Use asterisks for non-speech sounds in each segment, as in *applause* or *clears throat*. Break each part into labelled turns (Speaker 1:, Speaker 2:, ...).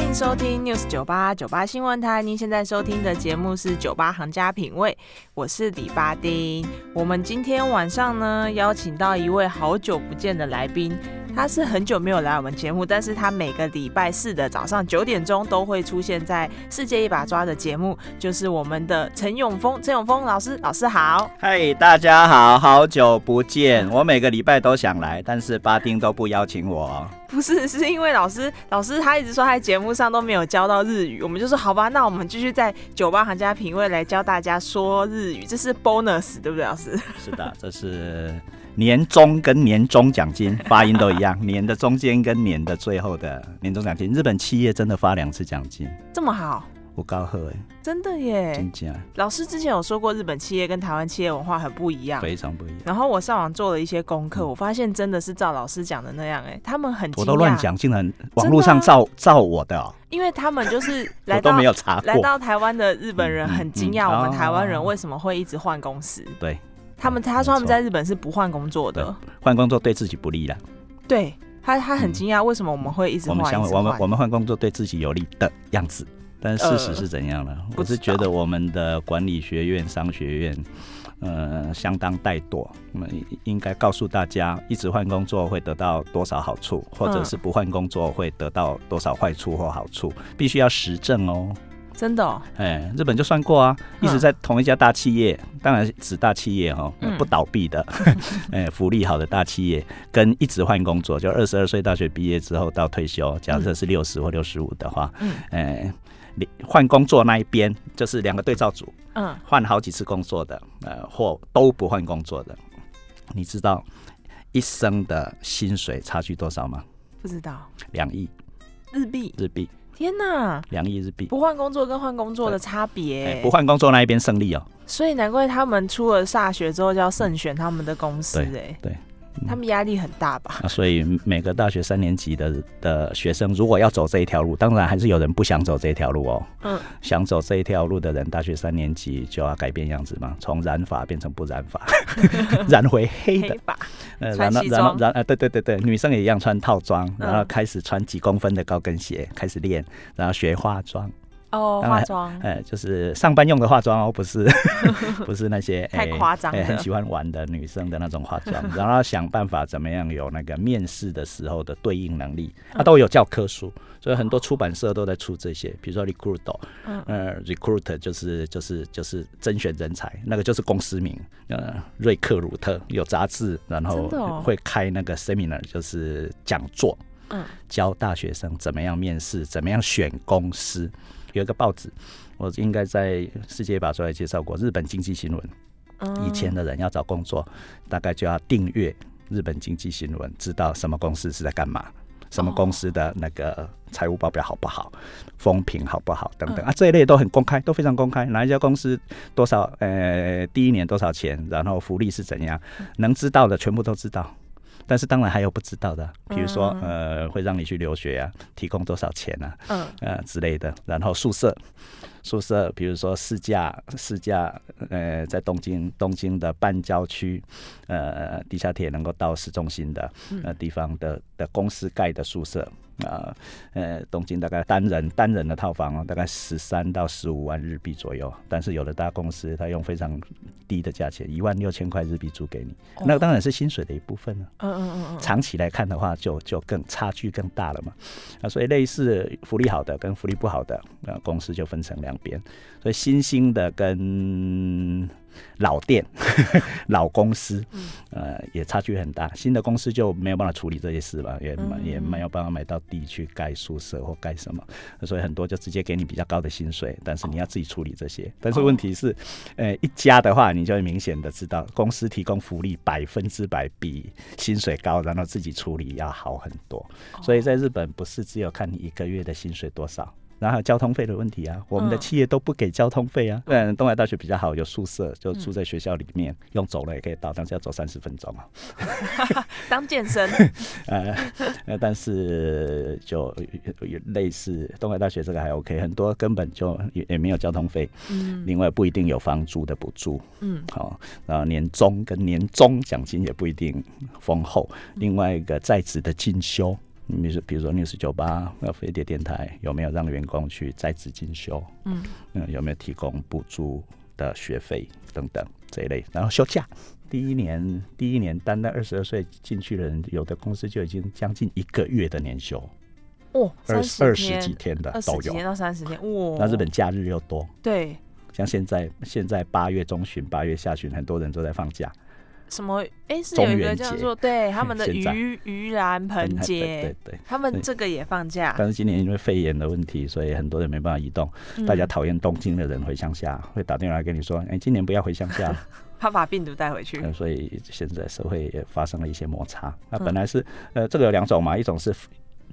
Speaker 1: 迎收听 News 九八九八新闻台。您现在收听的节目是《九八行家品味》，我是李巴丁。我们今天晚上呢，邀请到一位好久不见的来宾，他是很久没有来我们节目，但是他每个礼拜四的早上九点钟都会出现在《世界一把抓》的节目，就是我们的陈永峰。陈永峰老师，老师好。
Speaker 2: 嗨，大家好，好久不见！我每个礼拜都想来，但是巴丁都不邀请
Speaker 1: *laughs*
Speaker 2: 我。
Speaker 1: 不是，是因为老师，老师他一直说他在节目上都没有教到日语，我们就说好吧，那我们继续在酒吧行家品味来教大家说日语，这是 bonus 对不对，老师？ *laughs*
Speaker 2: 是的，这是年终跟年终奖金发音都一样，年的中间跟年的最后的年终奖金。日本企业真的发两次奖金，
Speaker 1: 这么好，
Speaker 2: 我高贺哎，
Speaker 1: 真的耶！
Speaker 2: 真假
Speaker 1: 老师之前有说过，日本企业跟台湾企业文化很不一样。
Speaker 2: 非常不一样。
Speaker 1: 然后我上网做了一些功课，我发现真的是照老师讲的那样、哎，他们很
Speaker 2: 我
Speaker 1: 惊
Speaker 2: 都
Speaker 1: 讶
Speaker 2: 乱，讲，竟然网络上照照我的哦、
Speaker 1: 因为他们
Speaker 2: *laughs*
Speaker 1: 就是来
Speaker 2: 我都
Speaker 1: 到
Speaker 2: 没有查
Speaker 1: 来
Speaker 2: 过。
Speaker 1: 到台湾的日本人很惊讶，
Speaker 2: 嗯嗯嗯
Speaker 1: 我们台湾人
Speaker 2: 哦
Speaker 1: 为什么会一直换公司？
Speaker 2: 对，
Speaker 1: 他们他说他们
Speaker 2: 没错
Speaker 1: 在日本是不换工作的
Speaker 2: 对。换工作对自己不利了。
Speaker 1: 对他，他很
Speaker 2: 嗯
Speaker 1: 惊讶为什么我们会一直
Speaker 2: 我
Speaker 1: 换，
Speaker 2: 们想，
Speaker 1: 一直
Speaker 2: 我们
Speaker 1: 换
Speaker 2: 我们换工作对自己有利的样子，但是事实是怎样呢？
Speaker 1: 呃不
Speaker 2: 我是
Speaker 1: 知
Speaker 2: 觉
Speaker 1: 道
Speaker 2: 得我们的管理学院、商学院，呃，相当怠惰。我们应该告诉大家，一直换工作会得到多少好处，或者
Speaker 1: 嗯
Speaker 2: 是不换工作会得到多少坏处或好处，必须要实证哦。
Speaker 1: 真的、哦，
Speaker 2: 哎，日本就算过啊，一直
Speaker 1: 嗯
Speaker 2: 在同一家大企业，当然是指大企业哈、
Speaker 1: 嗯
Speaker 2: 不倒
Speaker 1: *laughs*
Speaker 2: 闭的，哎，福利好的大企业，跟一直换工作，就二十二岁大学毕业之后到退休，假设是六十或六十五的话，
Speaker 1: 嗯
Speaker 2: 哎，你换工作那一边就是两个对照组，
Speaker 1: 嗯，
Speaker 2: 换好几次工作的，呃，或都不换工作的，你知道一生的薪水差距多少吗？
Speaker 1: 不知道
Speaker 2: 两亿
Speaker 1: 日币，
Speaker 2: 日币，
Speaker 1: 天哪，
Speaker 2: 两亿日币。
Speaker 1: 不换工作跟换工作的差别、
Speaker 2: 哎，不换工作那一边胜利哦，
Speaker 1: 所以难怪他们出了大学之后就要慎选他们的公司、哎，
Speaker 2: 对嗯
Speaker 1: 他们压力很大吧？
Speaker 2: 啊，所以每个大学三年级的的学生，如果要走这一条路，当然还是有人不想走这一条路哦。
Speaker 1: 嗯，
Speaker 2: *laughs* 想走这一条路的人，大学三年级就要改变样子嘛，从染发变成不染
Speaker 1: *laughs*
Speaker 2: 发，染回黑的
Speaker 1: 黑，吧，
Speaker 2: 呃，
Speaker 1: 穿
Speaker 2: 然后
Speaker 1: 西
Speaker 2: 然后
Speaker 1: 装
Speaker 2: 然后，呃，对对对对，女生也一样穿套装，然后
Speaker 1: 嗯
Speaker 2: 开始穿几公分的高跟鞋，开始练，然后学化妆，
Speaker 1: 哦，
Speaker 2: 当然
Speaker 1: 化妆，
Speaker 2: 呃，就是上班用的化妆哦，不
Speaker 1: *laughs*
Speaker 2: 是不是那些
Speaker 1: 太
Speaker 2: 哎
Speaker 1: 夸张
Speaker 2: 哎
Speaker 1: 了
Speaker 2: 很喜欢玩的女生的那种
Speaker 1: *laughs*
Speaker 2: 化妆，然后要想办法怎么样有那个面试的时候的对应能力，
Speaker 1: 嗯
Speaker 2: 它、都有教科书，所以很多出版社都在出这些，比如说 Recruit，
Speaker 1: 嗯
Speaker 2: 呃，Recruit 就是就是就是甄选人才，那个就是公司名，呃，瑞克鲁特有杂志，然后
Speaker 1: 真的哦
Speaker 2: 会开那个 Seminar，就是讲座，
Speaker 1: 嗯，
Speaker 2: 教大学生怎么样面试，怎么样选公司。有一个报纸，我应该在世界把出来介绍过，日本经济新闻。
Speaker 1: 嗯
Speaker 2: 以前的人要找工作，大概就要订阅日本经济新闻，知道什么公司是在干嘛，什么公司的那个财务报表好不好，风评好不好等等啊，这一类都很公开，都非常公开。哪一家公司多少呃第一年多少钱，然后福利是怎样，能知道的全部都知道。但是当然还有不知道的，比如说呃，会让你去留学啊，提供多少钱啊，
Speaker 1: 嗯
Speaker 2: 呃之类的。然后宿舍，宿舍比如说市价，市价呃在东京东京的半郊区，呃地下铁能够到市中心的呃地方的的公司盖的宿舍。啊、呃，东京大概单人单人的套房哦，大概十三到十五万日币左右。但是有的大公司，它用非常低的价钱，一万六千块日币租给你，
Speaker 1: 哦
Speaker 2: 那当然是薪水的一部分啊了、
Speaker 1: 嗯嗯嗯嗯，
Speaker 2: 长期来看的话就，就更差距更大了嘛。啊，所以类似福利好的跟福利不好的，呃，公司就分成两边。所以新兴的跟老店、 *laughs* 老公司，
Speaker 1: 嗯
Speaker 2: 呃，也差距很大。新的公司就没有办法处理这些事吧，也
Speaker 1: 嗯
Speaker 2: 也没有办法买到地去盖宿舍或盖什么，所以很多就直接给你比较高的薪水，但是你要自己处理这些。但是问题是，呃，一家的话，你就会明显的知道，公司提供福利百分之百比薪水高，然后自己处理要好很多。
Speaker 1: 哦
Speaker 2: 所以在日本不是只有看你一个月的薪水多少。然后还有交通费的问题啊，我们的
Speaker 1: 嗯
Speaker 2: 企业都不给交通费啊。嗯，东海大学比较好，有宿舍，就住在学校里面，用走了也可以到，但是要走三十分钟啊。
Speaker 1: 当健
Speaker 2: *laughs*
Speaker 1: 身，
Speaker 2: 呃，呃但是就有有类似东海大学这个还 OK，很多根本就也也没有交通费，
Speaker 1: 嗯
Speaker 2: 另外不一定有房租的补助，
Speaker 1: 嗯，
Speaker 2: 好、然后年
Speaker 1: 嗯
Speaker 2: 终跟年终奖金也不一定丰厚，另外一个在职的进修。你比如说比如说 news 酒吧、呃飞碟电台有没有让员工去在职进修？
Speaker 1: 嗯
Speaker 2: 嗯，有没有提供补助的学费等等这一类？然后休假，第一年第一年单单二十二岁进去的人，有的公司就已经将近一个月的年休，
Speaker 1: 哦，
Speaker 2: 二
Speaker 1: 三
Speaker 2: 十二
Speaker 1: 十
Speaker 2: 十几
Speaker 1: 天，
Speaker 2: 天的
Speaker 1: 二十
Speaker 2: 都
Speaker 1: 几
Speaker 2: 有
Speaker 1: 天。哦到三十天，哇！
Speaker 2: 那日本假日又多，
Speaker 1: 对
Speaker 2: 像现在现在八月中旬、八月下旬，很多人都在放假。
Speaker 1: 什么？哎，是
Speaker 2: 中
Speaker 1: 有一个
Speaker 2: 元
Speaker 1: 叫
Speaker 2: 节
Speaker 1: 做
Speaker 2: *laughs*
Speaker 1: 对他们的
Speaker 2: 现在
Speaker 1: 盂盂兰
Speaker 2: 很
Speaker 1: 盆
Speaker 2: 对对
Speaker 1: 节，
Speaker 2: 对。
Speaker 1: 他们这个也放假，
Speaker 2: 但是今年因为肺炎的问题，所以很多人没办法移动。大家
Speaker 1: 嗯
Speaker 2: 讨厌东京的人回乡下，会打电话来跟你说：“哎、今年不要回乡
Speaker 1: *laughs*
Speaker 2: 下。
Speaker 1: 怕把病毒带回去
Speaker 2: 嗯”所以现在社会也发生了一些摩擦。那
Speaker 1: 嗯
Speaker 2: 本来是呃，这个有两种嘛，一种是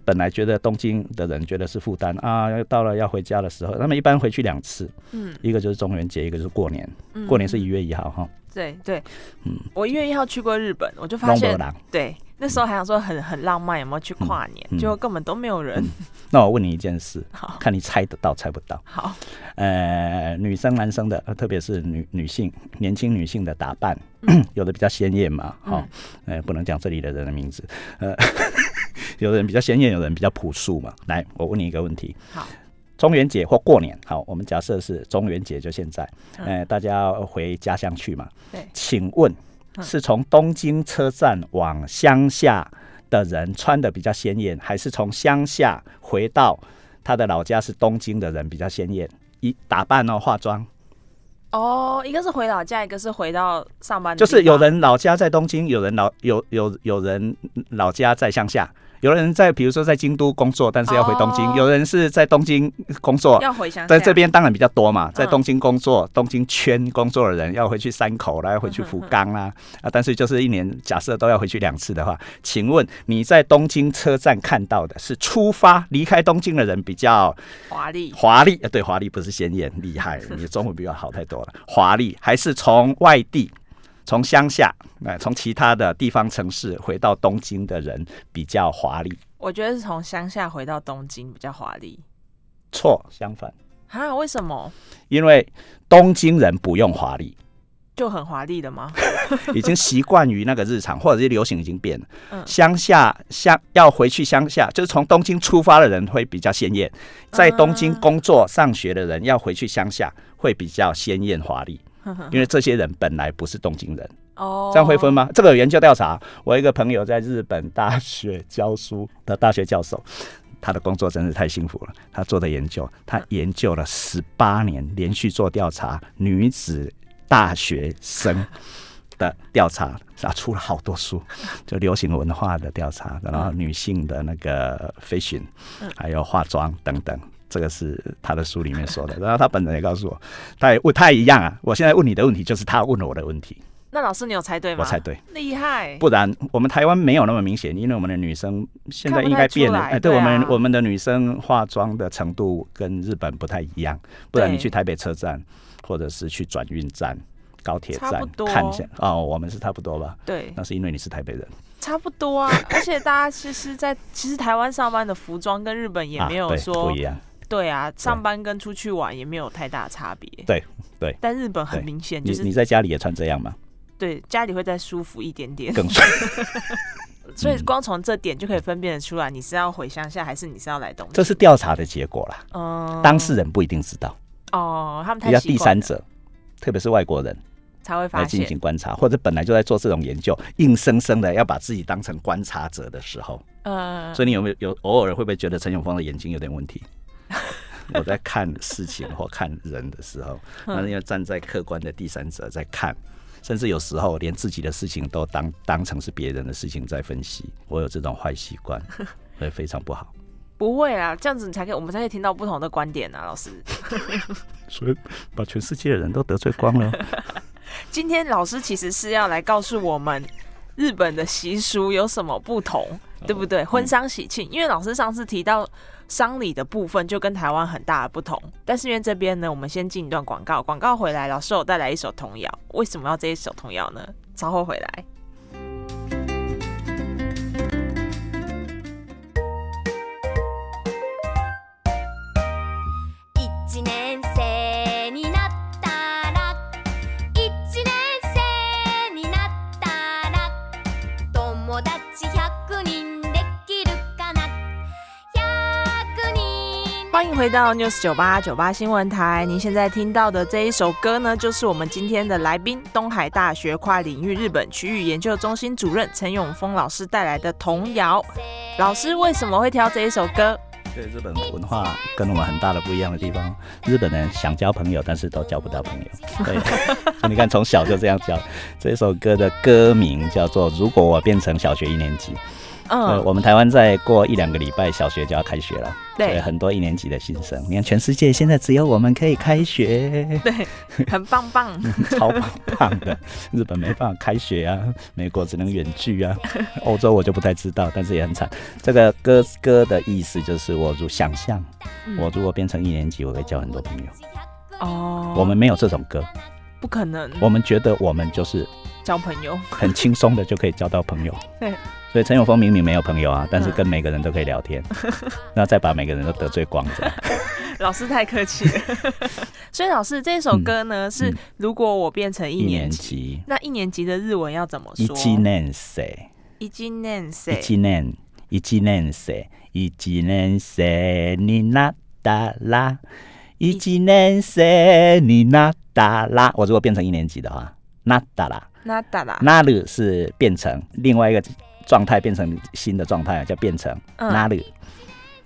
Speaker 2: 本来觉得东京的人觉得是负担啊，到了要回家的时候，他们一般回去两次，
Speaker 1: 嗯。
Speaker 2: 一个就是中元节，一个就是过年。
Speaker 1: 嗯，
Speaker 2: 过年是
Speaker 1: 嗯
Speaker 2: 一月一号哈，
Speaker 1: 对对，
Speaker 2: 嗯，
Speaker 1: 我一月一号去过日本，我就发
Speaker 2: 东北
Speaker 1: 现，
Speaker 2: 郎。
Speaker 1: 对，那时候还想说很很浪漫，有没有去跨年？
Speaker 2: 啊嗯
Speaker 1: 结果根本都没有人。
Speaker 2: 那我问你一件事，
Speaker 1: 好，
Speaker 2: 看你猜得到猜不到。
Speaker 1: 好，
Speaker 2: 呃，女生、男生的，呃特别是女女性、年轻女性的打扮， *clears throat* 有的比较鲜艳嘛，哈、呃，不能讲这里的人的名字，呃， *laughs* 有的人比较鲜艳，有的人比较朴素嘛。来，我问你一个问题，
Speaker 1: 好，
Speaker 2: 中元节或过年，好，我们假设是中元节，就现在，
Speaker 1: 嗯
Speaker 2: 呃，大家回家乡去嘛， *laughs*
Speaker 1: 对，
Speaker 2: 请问
Speaker 1: 嗯
Speaker 2: 是从东京车站往乡下的人穿的比较鲜艳，还是从乡下回到他的老家是东京的人比较鲜艳？一打扮哦，化妆，
Speaker 1: 哦，一个是回老家，一个是回到上班
Speaker 2: 就
Speaker 1: 的地方，
Speaker 2: 是有人老家在东京，有人老有有有人老家在乡下，有人在比如说在京都工作，但是要回东京，
Speaker 1: 哦
Speaker 2: 有人是在东京工作，
Speaker 1: 要回乡下，
Speaker 2: 在这边当然比较多嘛，在
Speaker 1: 啊嗯
Speaker 2: 东京工作、东京圈工作的人要回去山口啦，要回去福冈啦、啊，但是就是一年假设都要回去两次的话，请问你在东京车站看到的是出发离开东京的人比较
Speaker 1: 华丽，
Speaker 2: 华丽？呃，对，华丽不是鲜艳厉害，你的中文比我好太多了， *laughs* 华丽还是从外地？从乡下，呃，从其他的地方城市回到东京的人比较华丽，
Speaker 1: 我觉得是从乡下回到东京比较华丽
Speaker 2: 错，相反，
Speaker 1: 啊？为什么
Speaker 2: 因为东京人不用华丽，
Speaker 1: 就很华丽的
Speaker 2: *laughs*
Speaker 1: 吗？ *laughs*
Speaker 2: 已经习惯于那个日常，或者是流行已经变了。
Speaker 1: 嗯
Speaker 2: 乡下乡要回去乡下，就是从东京出发的人会比较鲜艳，在东京
Speaker 1: 啊
Speaker 2: 工作上学的人要回去乡下会比较鲜艳华丽，因为这些人本来不是东京人，
Speaker 1: 哦，
Speaker 2: 这样会分吗？这个有研究调查，我有一个朋友在日本大学教书的大学教授。他的工作真是太幸福了。他做的研究，他研究了十八年，连续做调查女子大学生的调查，啊，出了好多书，就流行文化的调查，然后女性的那个 fashion，还
Speaker 1: 嗯
Speaker 2: 有化妆等等。这个是他的书里面说的，然后他本人也告诉我，他也问他也一样啊。我现在问你的问题就是他问我的问题，
Speaker 1: 那老师你有猜对吗？
Speaker 2: 我猜对。
Speaker 1: 厉害，
Speaker 2: 不然我们台湾没有那么明显，因为我们的女生现在应该变了，
Speaker 1: 看不太出来
Speaker 2: 哎，对
Speaker 1: 对
Speaker 2: 我
Speaker 1: 啊
Speaker 2: 们我们的女生化妆的程度跟日本不太一样，不然
Speaker 1: 对
Speaker 2: 你去台北车站或者是去转运站、高铁
Speaker 1: 差
Speaker 2: 站
Speaker 1: 不多
Speaker 2: 看一下，哦，我们是差不多吧？
Speaker 1: 对，
Speaker 2: 那是因为你是台北人，
Speaker 1: 差不多
Speaker 2: *laughs*
Speaker 1: 啊。而且大家其实在，其实台湾上班的服装跟日本也没有
Speaker 2: 啊、对
Speaker 1: 说、
Speaker 2: 不一样。
Speaker 1: 对啊，上班跟出去玩也没有太大差别。
Speaker 2: 对对
Speaker 1: 但日本很
Speaker 2: 对
Speaker 1: 明显
Speaker 2: 你
Speaker 1: 就是
Speaker 2: 你在家里也穿这
Speaker 1: *laughs*
Speaker 2: 样吗？
Speaker 1: 对家里会再舒服一点点，
Speaker 2: 更嗯帅。
Speaker 1: 所以光从这点就可以分辨得出来，你是要回乡下还是你是要来东
Speaker 2: 这
Speaker 1: 京。
Speaker 2: 是调查的结果啦，
Speaker 1: 嗯
Speaker 2: 当事人不一定知道，
Speaker 1: 哦，他们
Speaker 2: 比
Speaker 1: 太
Speaker 2: 较
Speaker 1: 习
Speaker 2: 第
Speaker 1: 惯
Speaker 2: 三
Speaker 1: 了
Speaker 2: 者，特别是外国人。
Speaker 1: 才会
Speaker 2: 来
Speaker 1: 发
Speaker 2: 进
Speaker 1: 现
Speaker 2: 行观察，或者本来就在做这种研究，硬生生的要把自己当成观察者的时候，
Speaker 1: 呃
Speaker 2: 所以你有没有有偶尔会不会觉得陈永峰的眼睛有点问 *laughs* 题？我在看事情或看人的时候，那是因为站在客观的第三者在看，甚至有时候连自己的事情都当当成是别人的事情在分析。我有这种坏习 *laughs* 惯，所以非常不好。
Speaker 1: 不会啊，这样子你才可以，我们才可以听到不同的观点啊，老师。
Speaker 2: 所以把全世界的人都得罪光了。
Speaker 1: 今天老师其实是要来告诉我们日本的习俗有什么不同，对不对？婚丧喜庆，因为老师上次提到丧礼的部分就跟台湾很大的不同，但是因为这边呢，我们先进一段广告，广告回来，老师有带来一首童谣，为什么要这一首童谣呢？稍后回来。
Speaker 3: 一年生になったら一年生になったら友達100人できるかな
Speaker 1: 欢迎回到 News 九八九八新闻台。您现在听到的这一首歌呢，就是我们今天的来宾，东海大学跨领域日本区域研究中心主任陈永峰老师带来的童谣。老师为什么会挑这一首歌？
Speaker 2: 对日本文化跟我们很大的不一样的地方，日本人想交朋友，但是都交不到朋
Speaker 1: *laughs*
Speaker 2: 友。对， *laughs* 所以你看从小就这样教。这首歌的歌名叫做《如果我变成小学一年级》。呃，
Speaker 1: 嗯，
Speaker 2: 我们台湾再过一两个礼拜，小学就要开学了，
Speaker 1: 对
Speaker 2: 所以很多一年级的新生，你看全世界现在只有我们可以开学，
Speaker 1: *laughs* 很棒
Speaker 2: *laughs*
Speaker 1: 棒。 *laughs*
Speaker 2: 超棒棒的。日本没办法开学啊，美国只能远距啊， *laughs* 欧洲我就不太知道，但是也很惨。这个歌歌的意思就是，我如想象，
Speaker 1: 嗯
Speaker 2: 我如果变成一年级，我会交很多朋友。
Speaker 1: 哦，
Speaker 2: 我们没有这种歌，
Speaker 1: 不可能
Speaker 2: 我们觉得我们就是
Speaker 1: 交朋友。 *laughs*
Speaker 2: 很轻松的就可以交到朋友。
Speaker 1: 对，
Speaker 2: 所以陈永峰明明没有朋友啊，但是
Speaker 1: 嗯
Speaker 2: 跟每个人都可以
Speaker 1: *laughs*
Speaker 2: 聊天，然后再把每个人都得罪光这样。
Speaker 1: 老师太客气了。
Speaker 2: *laughs*
Speaker 1: *laughs* 所以老师这首歌呢，是
Speaker 2: 嗯
Speaker 1: 如果我变成 *laughs* 一
Speaker 2: 一年
Speaker 1: 年级，
Speaker 2: 级，
Speaker 1: 那一年级的日文要怎么
Speaker 2: 一
Speaker 1: 说？
Speaker 2: 年生，
Speaker 1: 一年年生
Speaker 2: 一年，一年生，一年生になったら，一年生になったら。我如果变成一年级的话，なったら。
Speaker 1: 那达啦，
Speaker 2: なる是变成另外一个状态，变成新的状态叫变成
Speaker 1: 嗯
Speaker 2: なる。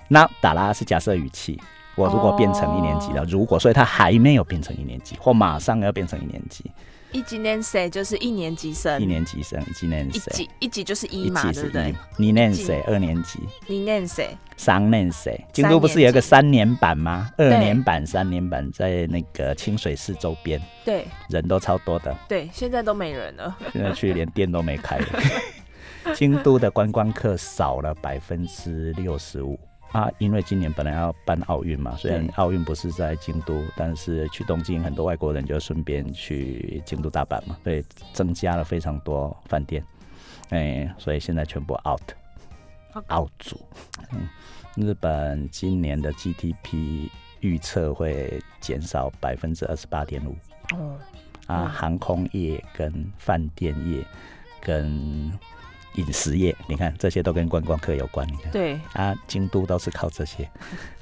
Speaker 2: 那打啦是假设语气，我如果变成一年
Speaker 1: 哦
Speaker 2: 级了，如果所以他还没有变成一年级，或马上要变成一年级，
Speaker 1: 一年生就是一年级生，
Speaker 2: 一年级生，一年
Speaker 1: 嗯一
Speaker 2: 生，
Speaker 1: 级一级就是一
Speaker 2: 一
Speaker 1: 嘛，
Speaker 2: 级
Speaker 1: 对
Speaker 2: 是
Speaker 1: 不对？
Speaker 2: 一，二年生，二年级，
Speaker 1: 一年生，
Speaker 2: 三年生。京都不是有一个三年版吗？二
Speaker 1: 年级
Speaker 2: 年版、三年版在那个清水寺周边，
Speaker 1: 对
Speaker 2: 人都超多的。
Speaker 1: 对，现在都没人了，
Speaker 2: 现在去连店都没开 *laughs* 了。京都的观光客少了百分之六十五啊，因为今年本来要办奥运嘛，虽然
Speaker 1: 对
Speaker 2: 奥运不是在京都，但是去东京很多外国人就顺便去京都、大阪嘛，所以增加了非常多饭店，哎、所以现在全部 out。
Speaker 1: 好
Speaker 2: 奥组。嗯，日本今年的 GDP 预测会减少百分之二十八点五
Speaker 1: 哦，
Speaker 2: 啊，
Speaker 1: 嗯
Speaker 2: 航空业、跟饭店业、跟饮食业，你看这些都跟观光客有关。你看，
Speaker 1: 对，
Speaker 2: 啊，京都都是靠
Speaker 1: *laughs*
Speaker 2: 这些，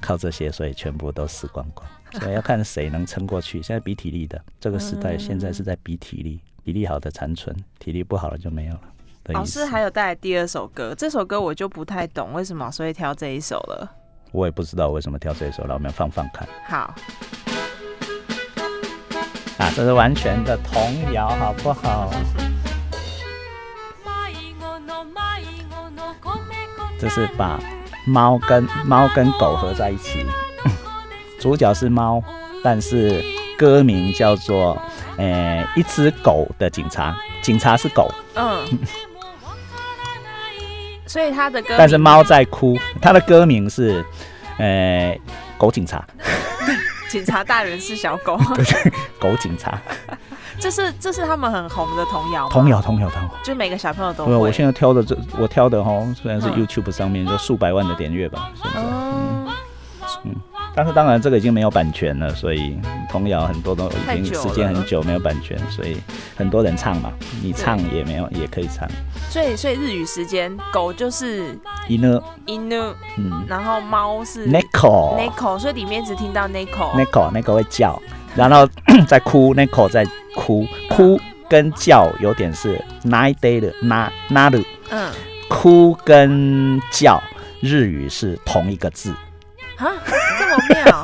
Speaker 2: 靠这些，所以全部都死光光。所以要看谁能撑过去。现在比体力的这个时代，现在是在比体力，体力好的残存，体力不好的就没有了。的
Speaker 1: 老
Speaker 2: 意
Speaker 1: 师
Speaker 2: 思，
Speaker 1: 还有带来第二首歌，这首歌我就不太懂为什么老师会挑这一首了。
Speaker 2: 我也不知道为什么挑这首，让我们放放看。
Speaker 1: 好，
Speaker 2: 啊，这是完全的童谣，好不好？ *laughs* 这是把猫跟猫跟狗合在一起，主角是猫，但是歌名叫做“呃，一只狗的警察”，警察是狗，
Speaker 1: 嗯，所以他的歌名，
Speaker 2: 但是猫在哭，它的歌名是“呃，狗警察
Speaker 1: 警察大人是小狗，”，
Speaker 2: 狗警察，
Speaker 1: *laughs* 这是这是他们很红的童谣吗，
Speaker 2: 童谣，童谣，童谣。
Speaker 1: 就每个小朋友都
Speaker 2: 因为
Speaker 1: 会。
Speaker 2: 我现在挑的这，我挑的哈，虽然是
Speaker 1: 嗯
Speaker 2: YouTube 上面就数百万的点阅吧，现在。
Speaker 1: 哦，
Speaker 2: 但是当然，这个已经没有版权了，所以童谣很多都已经
Speaker 1: 太久了
Speaker 2: 时间很久没有版权，所以很多人唱嘛，你唱也没有，也可以唱。
Speaker 1: 所以所以日语时间，狗就是
Speaker 2: 一呢，
Speaker 1: inu，
Speaker 2: 嗯
Speaker 1: 然后猫是
Speaker 2: ，neko
Speaker 1: neko，所以里面只听到 neko。
Speaker 2: neko neko 会叫，然后 *coughs* 在哭，neko 在哭，哭跟叫有点是 nine day 的 na na 的，
Speaker 1: 嗯，
Speaker 2: 哭跟叫日语是同一个字
Speaker 1: 哈，这么
Speaker 2: *laughs*
Speaker 1: 妙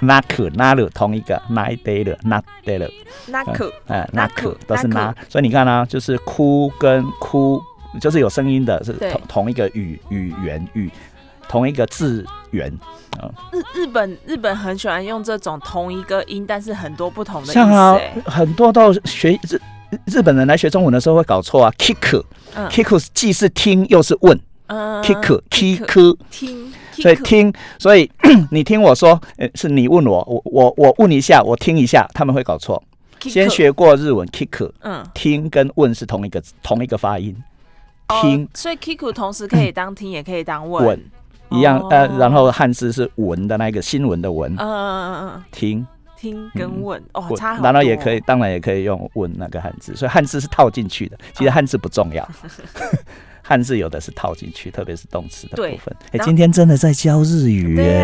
Speaker 2: ，naku naru 同一个 nine day 的 na day 的。
Speaker 1: ，naku，
Speaker 2: 哎，
Speaker 1: 那
Speaker 2: 那
Speaker 1: 可
Speaker 2: 可都是
Speaker 1: 那
Speaker 2: 那，所以你看啊，就是哭跟哭，就是有声音的，是
Speaker 1: 对
Speaker 2: 同同一个语语言语，同一个字源。
Speaker 1: 日日本日本很喜欢用这种同一个音，但是很多不同的意思、
Speaker 2: 像啊
Speaker 1: 哎，
Speaker 2: 很多都学日日本人来学中文的时候会搞错啊，kick
Speaker 1: 嗯
Speaker 2: kick 既是听又是问
Speaker 1: 嗯
Speaker 2: ，kick
Speaker 1: kick
Speaker 2: kick，
Speaker 1: 听，
Speaker 2: 所以
Speaker 1: kick，
Speaker 2: 听，所以 *coughs* 你听我说，呃，是你问我，我我我问一下，我听一下，他们会搞错。
Speaker 1: kick
Speaker 2: 先，学过日文 kick，
Speaker 1: 嗯，
Speaker 2: 听跟问是同一个同一个发音，
Speaker 1: 哦
Speaker 2: 听。
Speaker 1: 所以 kiku 同时可以当听，也可以当问。
Speaker 2: 稳一样，呃
Speaker 1: 哦，
Speaker 2: 然后汉字是文的那个新闻的文
Speaker 1: 嗯，嗯嗯嗯，
Speaker 2: 听
Speaker 1: 嗯听跟
Speaker 2: 嗯
Speaker 1: 问、哦，
Speaker 2: 文
Speaker 1: 差很多。
Speaker 2: 然后也可以，
Speaker 1: *laughs*
Speaker 2: 当然也可以用问那个汉字，所以汉字是套进去的。其实汉字不重要，汉字有的是套进去，特别是动词的
Speaker 1: 对
Speaker 2: 部分。哎、
Speaker 1: 然后
Speaker 2: 今天真的在教日语
Speaker 1: 对
Speaker 2: 耶、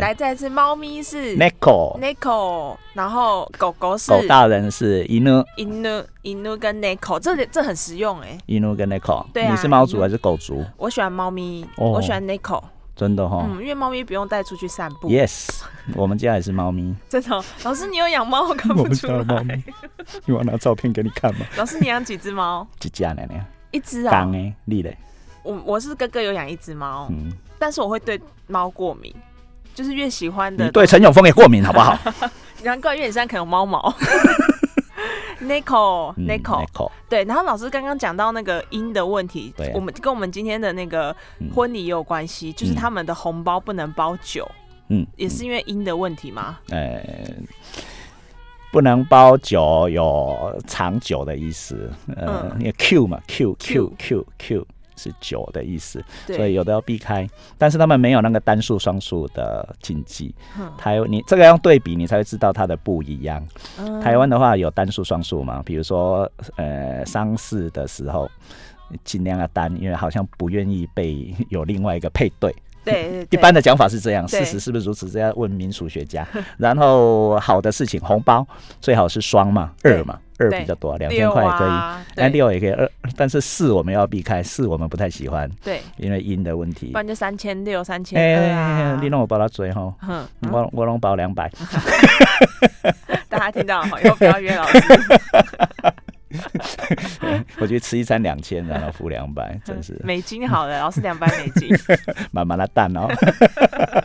Speaker 1: 呀、来，再次，猫咪是
Speaker 2: n i c o
Speaker 1: Nico，然后狗狗是
Speaker 2: 狗大人是 inu
Speaker 1: Inu Inu 跟 Nico，这里这很实用哎、
Speaker 2: inu 跟 n i c o
Speaker 1: 对啊
Speaker 2: 你是猫族
Speaker 1: inu
Speaker 2: 还是狗族？
Speaker 1: 我喜欢猫咪，
Speaker 2: 哦
Speaker 1: 我喜欢 Nico，、
Speaker 2: 真的哈、
Speaker 1: 嗯，因为猫咪不用带出去散步。
Speaker 2: Yes，我们家也是猫咪。
Speaker 1: 真的哦、老师你有养 *laughs* 猫，我看不出 *laughs* 来。，
Speaker 2: 你要拿照片给你看 *laughs* 吗？
Speaker 1: 老师你养几只猫？
Speaker 2: 几家奶奶？
Speaker 1: 一只啊
Speaker 2: 刚，哎，立嘞，
Speaker 1: 我我是哥哥有养一只猫，
Speaker 2: 嗯，
Speaker 1: 但是我会对猫过敏，就是越喜欢
Speaker 2: 你
Speaker 1: 的，
Speaker 2: 对陈永峰也过敏好不
Speaker 1: *laughs*
Speaker 2: 好
Speaker 1: 难怪越像可能有猫毛。Nico
Speaker 2: 嗯
Speaker 1: Nico，、
Speaker 2: Nico，
Speaker 1: 对，然后老师刚刚讲到那个音的问题，
Speaker 2: 对啊
Speaker 1: 我们跟我们今天的那个
Speaker 2: 嗯
Speaker 1: 婚礼也有关系，就是
Speaker 2: 嗯
Speaker 1: 他们的红包不能包酒，
Speaker 2: 嗯，
Speaker 1: 也是因为音的问题吗？
Speaker 2: 呃，不能包酒，有长久的意思，呃，
Speaker 1: 嗯
Speaker 2: 因为 Q 嘛，Q
Speaker 1: Q
Speaker 2: Q Q Q 是酒的意思，所以
Speaker 1: 对，
Speaker 2: 有的要避开，但是他们没有那个单数、双数的禁忌，
Speaker 1: 哼
Speaker 2: 台你这个要对比，你才会知道它的不一样。
Speaker 1: 嗯
Speaker 2: 台湾的话有单数、双数嘛，比如说呃丧事的时候。尽量要单，因为好像不愿意被有另外一个配对。
Speaker 1: 对对
Speaker 2: 一
Speaker 1: 对
Speaker 2: 般的讲法是这样，
Speaker 1: 对
Speaker 2: 事实是不是如此？这要问民俗学家。 *laughs* 然后好的事情，红包最好是双嘛，
Speaker 1: 对
Speaker 2: 二嘛，二比较多，两千块也可以，那
Speaker 1: 啊对
Speaker 2: 六也可以二，但是四我们要避开，四我们不太喜欢，
Speaker 1: 对，
Speaker 2: 因为音的问题
Speaker 1: 不。然就三千六、三千二啊
Speaker 2: 哎你。让我包到嘴吼，
Speaker 1: 哼，嗯
Speaker 2: 我我拢包两
Speaker 1: *laughs*
Speaker 2: 百，
Speaker 1: 大家听到好，以后不要约
Speaker 2: *laughs*
Speaker 1: 老师。
Speaker 2: 我去吃一餐两千，然后付两百，真
Speaker 1: *laughs*
Speaker 2: 是嗯
Speaker 1: 美金好了，老师两百美
Speaker 2: *laughs*
Speaker 1: 金。
Speaker 2: 满满的蛋哦。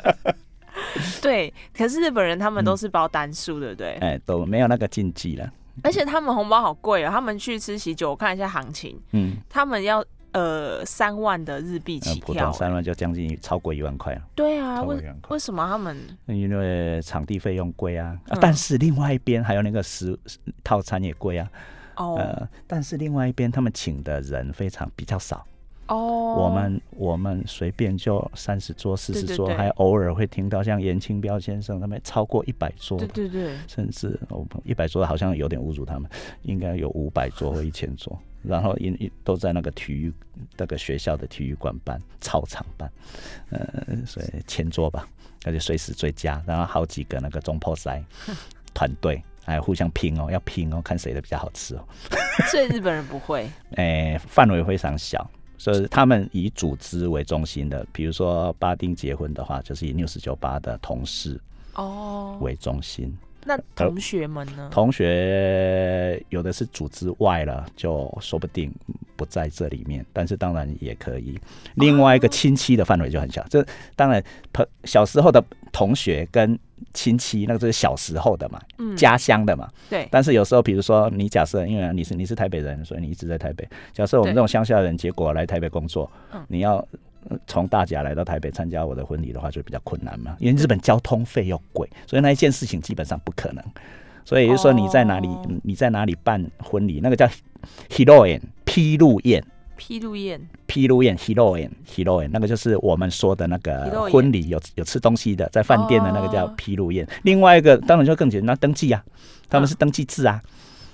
Speaker 2: *laughs*
Speaker 1: 对，可是日本人他们都是包单数，对不对？
Speaker 2: 嗯哎，都没有那个禁忌了。
Speaker 1: 而且他们红包好贵哦，他们去吃喜酒，我看一下行情，
Speaker 2: 嗯，
Speaker 1: 他们要呃三万的日币
Speaker 2: 呃
Speaker 1: 起
Speaker 2: 普
Speaker 1: 跳欸
Speaker 2: 通。三万就将近超过一万块了。
Speaker 1: 对啊，
Speaker 2: 超过
Speaker 1: 为
Speaker 2: 一万块
Speaker 1: 为什么他们
Speaker 2: 因为场地费用贵啊，啊
Speaker 1: 嗯
Speaker 2: 但是另外一边还有那个食套餐也贵啊，
Speaker 1: 哦
Speaker 2: 呃，但是另外一边他们请的人非常比较少，
Speaker 1: 哦，
Speaker 2: 我们我们随便就三十桌四
Speaker 1: 对对
Speaker 2: 十桌，
Speaker 1: 对
Speaker 2: 还偶尔会听到像严清标先生他们超过一百桌
Speaker 1: 对。对对，
Speaker 2: 甚至我一百桌好像有点侮辱他们，应该有五百桌或一千桌，然后因因都在那个体育那个学校的体育馆办、操场办，呃，所以千桌吧，而且随时追加，然后好几个那个中破塞团队，哎，互相拼哦，要拼哦，看谁的比较好吃哦，
Speaker 1: *laughs* 所以日本人不会。
Speaker 2: 哎，范围非常小。所以他们以组织为中心的，比如说巴丁结婚的话，就是以六四九八的同事
Speaker 1: 哦，
Speaker 2: 为中心。
Speaker 1: 那同学们呢？
Speaker 2: 同学有的是组织外了，就说不定不在这里面，但是当然也可以。另外一个亲戚的范围就很小，这当然朋小时候的同学跟亲戚，那个就是小时候的嘛，
Speaker 1: 嗯，
Speaker 2: 家乡的嘛。
Speaker 1: 对
Speaker 2: 但是有时候，比如说你假设，因为啊你是你是台北人，所以你一直在台北。假设我们
Speaker 1: 对
Speaker 2: 这种乡下人，结果来台北工作
Speaker 1: 嗯，
Speaker 2: 你要呃从大甲来到台北参加我的婚礼的话，就比较困难嘛，因为日本交通费又贵，所以那一件事情基本上不可能。所以就是说你在哪里，
Speaker 1: 哦
Speaker 2: 嗯你在哪里办婚礼，那个叫 hiroen 披露宴。
Speaker 1: 披露宴
Speaker 2: 披露宴 （hiroen） hiroen 那个就是我们说的那个
Speaker 1: hiroen
Speaker 2: 婚礼有有吃东西的，在饭店的那个叫
Speaker 1: 哦
Speaker 2: 披露宴。另外一个当然就更简单，登记啊，他们
Speaker 1: 嗯
Speaker 2: 是登记制啊。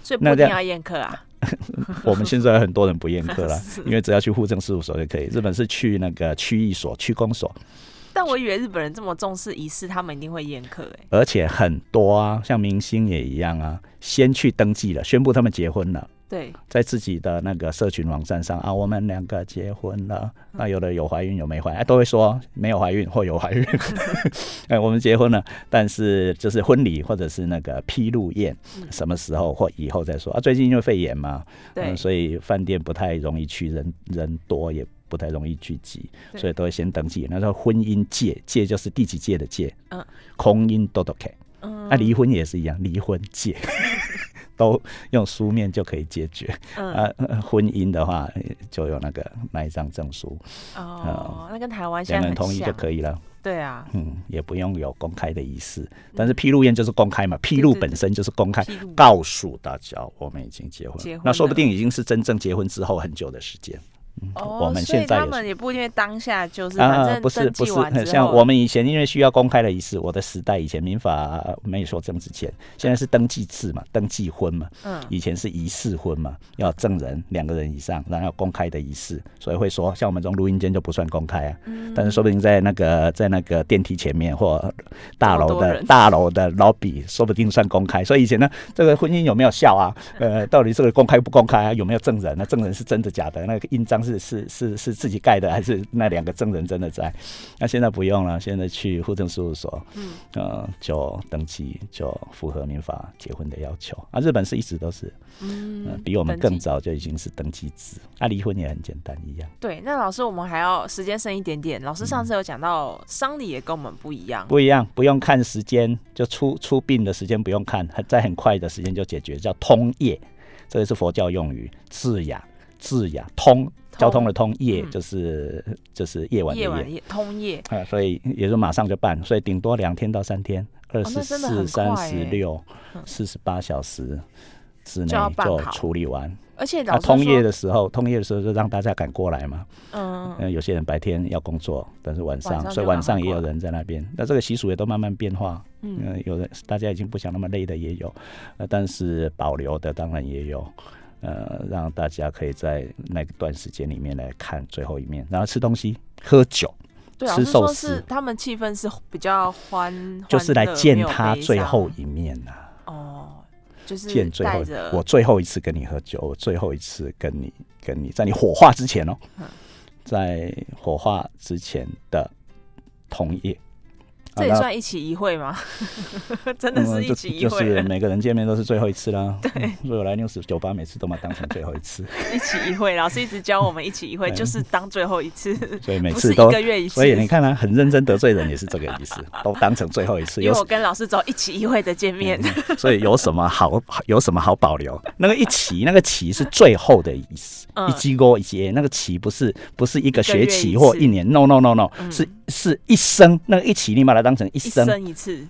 Speaker 1: 所以不
Speaker 2: 那
Speaker 1: 一定
Speaker 2: 这样
Speaker 1: 要宴客啊。
Speaker 2: 我们现在很多人不宴
Speaker 1: *laughs*
Speaker 2: 客了
Speaker 1: 是，
Speaker 2: *laughs* 因为只要去户政事务所就可以。日本是去那个区役所、区公所，
Speaker 1: 但我以为日本人这么重视仪式，他们一定会宴客哎。
Speaker 2: 而且很多啊，像明星也一样啊，先去登记了，宣布他们结婚了。
Speaker 1: 对，
Speaker 2: 在自己的那个社群网站上啊，我们两个结婚了。那有的有怀孕，有没怀孕，哎、都会说没有怀孕或有怀孕。 *laughs* 哎，我们结婚了，但是就是婚礼或者是那个披露宴，什么时候或以后再说啊。最近因为肺炎嘛，
Speaker 1: 对
Speaker 2: 嗯所以饭店不太容易去，人人多也不太容易聚集，
Speaker 1: 对
Speaker 2: 所以都会先登记。那时候婚姻界，界就是第几届的界，
Speaker 1: 嗯，
Speaker 2: 空音都都 K。
Speaker 1: 嗯
Speaker 2: 啊，离婚也是一样，离婚界 *laughs* 都用书面就可以解决。
Speaker 1: 嗯
Speaker 2: 啊，呃婚姻的话呃就有那个那一张证书，
Speaker 1: 哦，那跟台湾现
Speaker 2: 两
Speaker 1: 在很
Speaker 2: 人同意就
Speaker 1: 像。
Speaker 2: 可以了。
Speaker 1: 对啊，
Speaker 2: 嗯，也不用有公开的仪式，但是披露宴就是公开嘛，披露
Speaker 1: 嗯对对
Speaker 2: 本身就是公开
Speaker 1: 披露，
Speaker 2: 告诉大家我们已经结婚了，
Speaker 1: 结婚
Speaker 2: 那说不
Speaker 1: 了
Speaker 2: 定已经是真正结婚之后很久的时间。
Speaker 1: 哦，
Speaker 2: 嗯我们
Speaker 1: 所以
Speaker 2: 现在
Speaker 1: 他
Speaker 2: 也
Speaker 1: 们
Speaker 2: 是
Speaker 1: 也不一定当下就是，反
Speaker 2: 啊，
Speaker 1: 正
Speaker 2: 不是
Speaker 1: 登记
Speaker 2: 不是
Speaker 1: 完，之后，
Speaker 2: 很 *laughs* 像我们以前因为需要公开的仪式，我的时代以前民法没有说证之前，现在是登记制嘛，登记婚嘛，
Speaker 1: 嗯
Speaker 2: 以前是仪式婚嘛，要证人两个人以上，然后要公开的仪式，所以会说像我们这种录音间就不算公开啊，
Speaker 1: 嗯
Speaker 2: 但是说不定在那个在那个电梯前面或大
Speaker 1: 这么
Speaker 2: 楼
Speaker 1: 多
Speaker 2: 的
Speaker 1: 人
Speaker 2: 大楼的 lobby，说不定算公开。所以以前呢，这个婚姻有没有效啊？呃，到底这个公开不公开啊？有没有证人啊？证人是真的假的？那个印章是是是是自己盖的，还是那两个证人真的在？那现在不用了，现在去户政事务所，嗯，呃，就登记就符合民法结婚的要求啊。日本是一直都是，嗯、
Speaker 1: 嗯，
Speaker 2: 比我们
Speaker 1: 登记
Speaker 2: 更早就已经是登记制，啊，离婚也很简单一样。
Speaker 1: 对。那老师，我们还要时间剩一点点。老师上次有讲到丧礼也跟我们不一样，
Speaker 2: 不一样，不用看时间，就出出殡的时间不用看，很在很快的时间就解决，叫通业，这个是佛教用语，智雅，智雅通，交通的通，夜
Speaker 1: 嗯
Speaker 2: 就是、就是夜晚的
Speaker 1: 夜晚
Speaker 2: 夜，
Speaker 1: 夜通夜，
Speaker 2: 啊、所以也就马上就办，所以顶多两天到三天，二
Speaker 1: 哦那
Speaker 2: 十
Speaker 1: 真的很
Speaker 2: 四、
Speaker 1: 快
Speaker 2: 三
Speaker 1: 欸
Speaker 2: 十六、四十八小时之内
Speaker 1: 就要办
Speaker 2: 就
Speaker 1: 好
Speaker 2: 处理完。
Speaker 1: 而且老
Speaker 2: 那
Speaker 1: 师说，
Speaker 2: 啊通夜的时候，通夜的时候就让大家赶过来嘛，
Speaker 1: 嗯，
Speaker 2: 嗯，有些人白天要工作，但是晚
Speaker 1: 晚
Speaker 2: 上
Speaker 1: 上，
Speaker 2: 所以
Speaker 1: 就
Speaker 2: 晚
Speaker 1: 赶
Speaker 2: 上
Speaker 1: 快
Speaker 2: 也有
Speaker 1: 过来
Speaker 2: 人在那边。那这个习俗也都慢慢变化，
Speaker 1: 嗯
Speaker 2: 嗯、有人大家已经不想那么累的也有，呃，但是保留的当然也有，呃，让大家可以在那段时间里面来看最后一面，然后吃东西、喝酒，
Speaker 1: 对，老
Speaker 2: 吃
Speaker 1: 师
Speaker 2: 寿
Speaker 1: 说
Speaker 2: 司
Speaker 1: 是他们气氛是比较欢，
Speaker 2: 就是来
Speaker 1: 欢乐
Speaker 2: 见
Speaker 1: 没有
Speaker 2: 他
Speaker 1: 悲
Speaker 2: 最
Speaker 1: 伤
Speaker 2: 后一面呐、
Speaker 1: 哦，就是
Speaker 2: 见最后
Speaker 1: 带着
Speaker 2: 我最后一次跟你喝酒，我最后一次跟你跟你在你火化之前哦，
Speaker 1: 嗯
Speaker 2: 在火化之前的同夜。啊
Speaker 1: 这也
Speaker 2: 那
Speaker 1: 算一起一会吗？ *laughs* 真的是
Speaker 2: 嗯，
Speaker 1: 一
Speaker 2: 就
Speaker 1: 起一
Speaker 2: 就
Speaker 1: 会
Speaker 2: 是
Speaker 1: 了，
Speaker 2: 每个人见面都是最后一次
Speaker 1: *laughs*
Speaker 2: 啦。对，所以我来 news 酒吧每次都把它当成最后一次，
Speaker 1: 一起一会。老师一直教我们一起
Speaker 2: *laughs*
Speaker 1: 一会，就是当最后一次，
Speaker 2: 所以每
Speaker 1: 不是
Speaker 2: 次
Speaker 1: 一
Speaker 2: 都
Speaker 1: 个。月一次
Speaker 2: 所。以你看啊，很认真得罪人也是这个意思，都当成最后一次。
Speaker 1: *laughs* 因
Speaker 2: 有嗯
Speaker 1: 为我跟老师走一起一会的见面， *laughs*
Speaker 2: 所以有什么好 *laughs* 有什么好保留？那个一期，那个期是最后的意思，
Speaker 1: 嗯
Speaker 2: 一期过一节，那个期不是不是一个学
Speaker 1: 一个月一
Speaker 2: 期
Speaker 1: 次
Speaker 2: 或一年，no no no no，、
Speaker 1: 嗯
Speaker 2: 是是一生。那个一期你把它当成
Speaker 1: 一
Speaker 2: 一生，
Speaker 1: 生一次，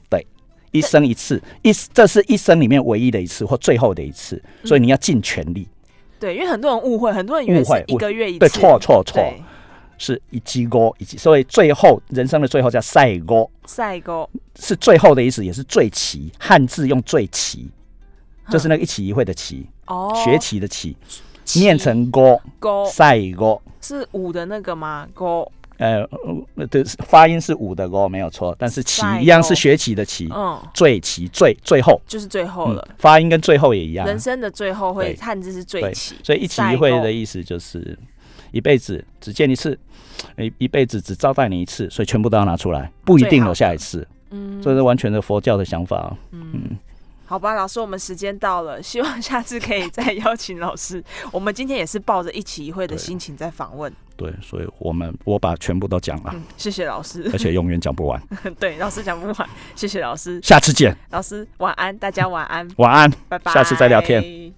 Speaker 2: 一生一次，一这是一生里面唯一的一次或最后的一次，
Speaker 1: 嗯
Speaker 2: 所以你要尽全力。
Speaker 1: 对，因为很多人误会，很多人以为
Speaker 2: 误
Speaker 1: 是
Speaker 2: 会
Speaker 1: 一个月一次，
Speaker 2: 对，错错错，
Speaker 1: 对，
Speaker 2: 是一击锅，一击，所以最后人生的最后叫赛锅，
Speaker 1: 赛沟
Speaker 2: 是最后的意思，也是最期。汉字用最期，就是那个一期一会的期，
Speaker 1: 嗯哦，
Speaker 2: 学期的期，念成锅
Speaker 1: 沟
Speaker 2: 赛锅。
Speaker 1: 是五的那个吗？沟，
Speaker 2: 呃，呃对，发音是五的锅没有错，但是期
Speaker 1: 赛锅
Speaker 2: 一样是学期的期，
Speaker 1: 嗯，
Speaker 2: 最期最最后，
Speaker 1: 就是最后了。
Speaker 2: 嗯发音跟最后也一样啊。
Speaker 1: 人生的最后会
Speaker 2: 对
Speaker 1: 汉字是最
Speaker 2: 对，
Speaker 1: 起，
Speaker 2: 所以一期一会的意思就是一辈子只见一次，一一辈子只招待你一次，所以全部都要拿出来，不一定有下一次。
Speaker 1: 嗯，
Speaker 2: 这是完全的佛教的想法啊。
Speaker 1: 好吧，老师，我们时间到了， *laughs* 希望下次可以再邀请老师。我们今天也是抱着一起一会的
Speaker 2: 对
Speaker 1: 心情在访问，
Speaker 2: 对，所以我们我把全部都讲了，
Speaker 1: 嗯，谢谢老师
Speaker 2: 而，且永远讲不完。
Speaker 1: *laughs* 对，老师讲不完，谢谢老师，
Speaker 2: 下次见，
Speaker 1: 老师晚安，大家晚安，
Speaker 2: 晚安，
Speaker 1: 拜拜，
Speaker 2: 下次再聊天。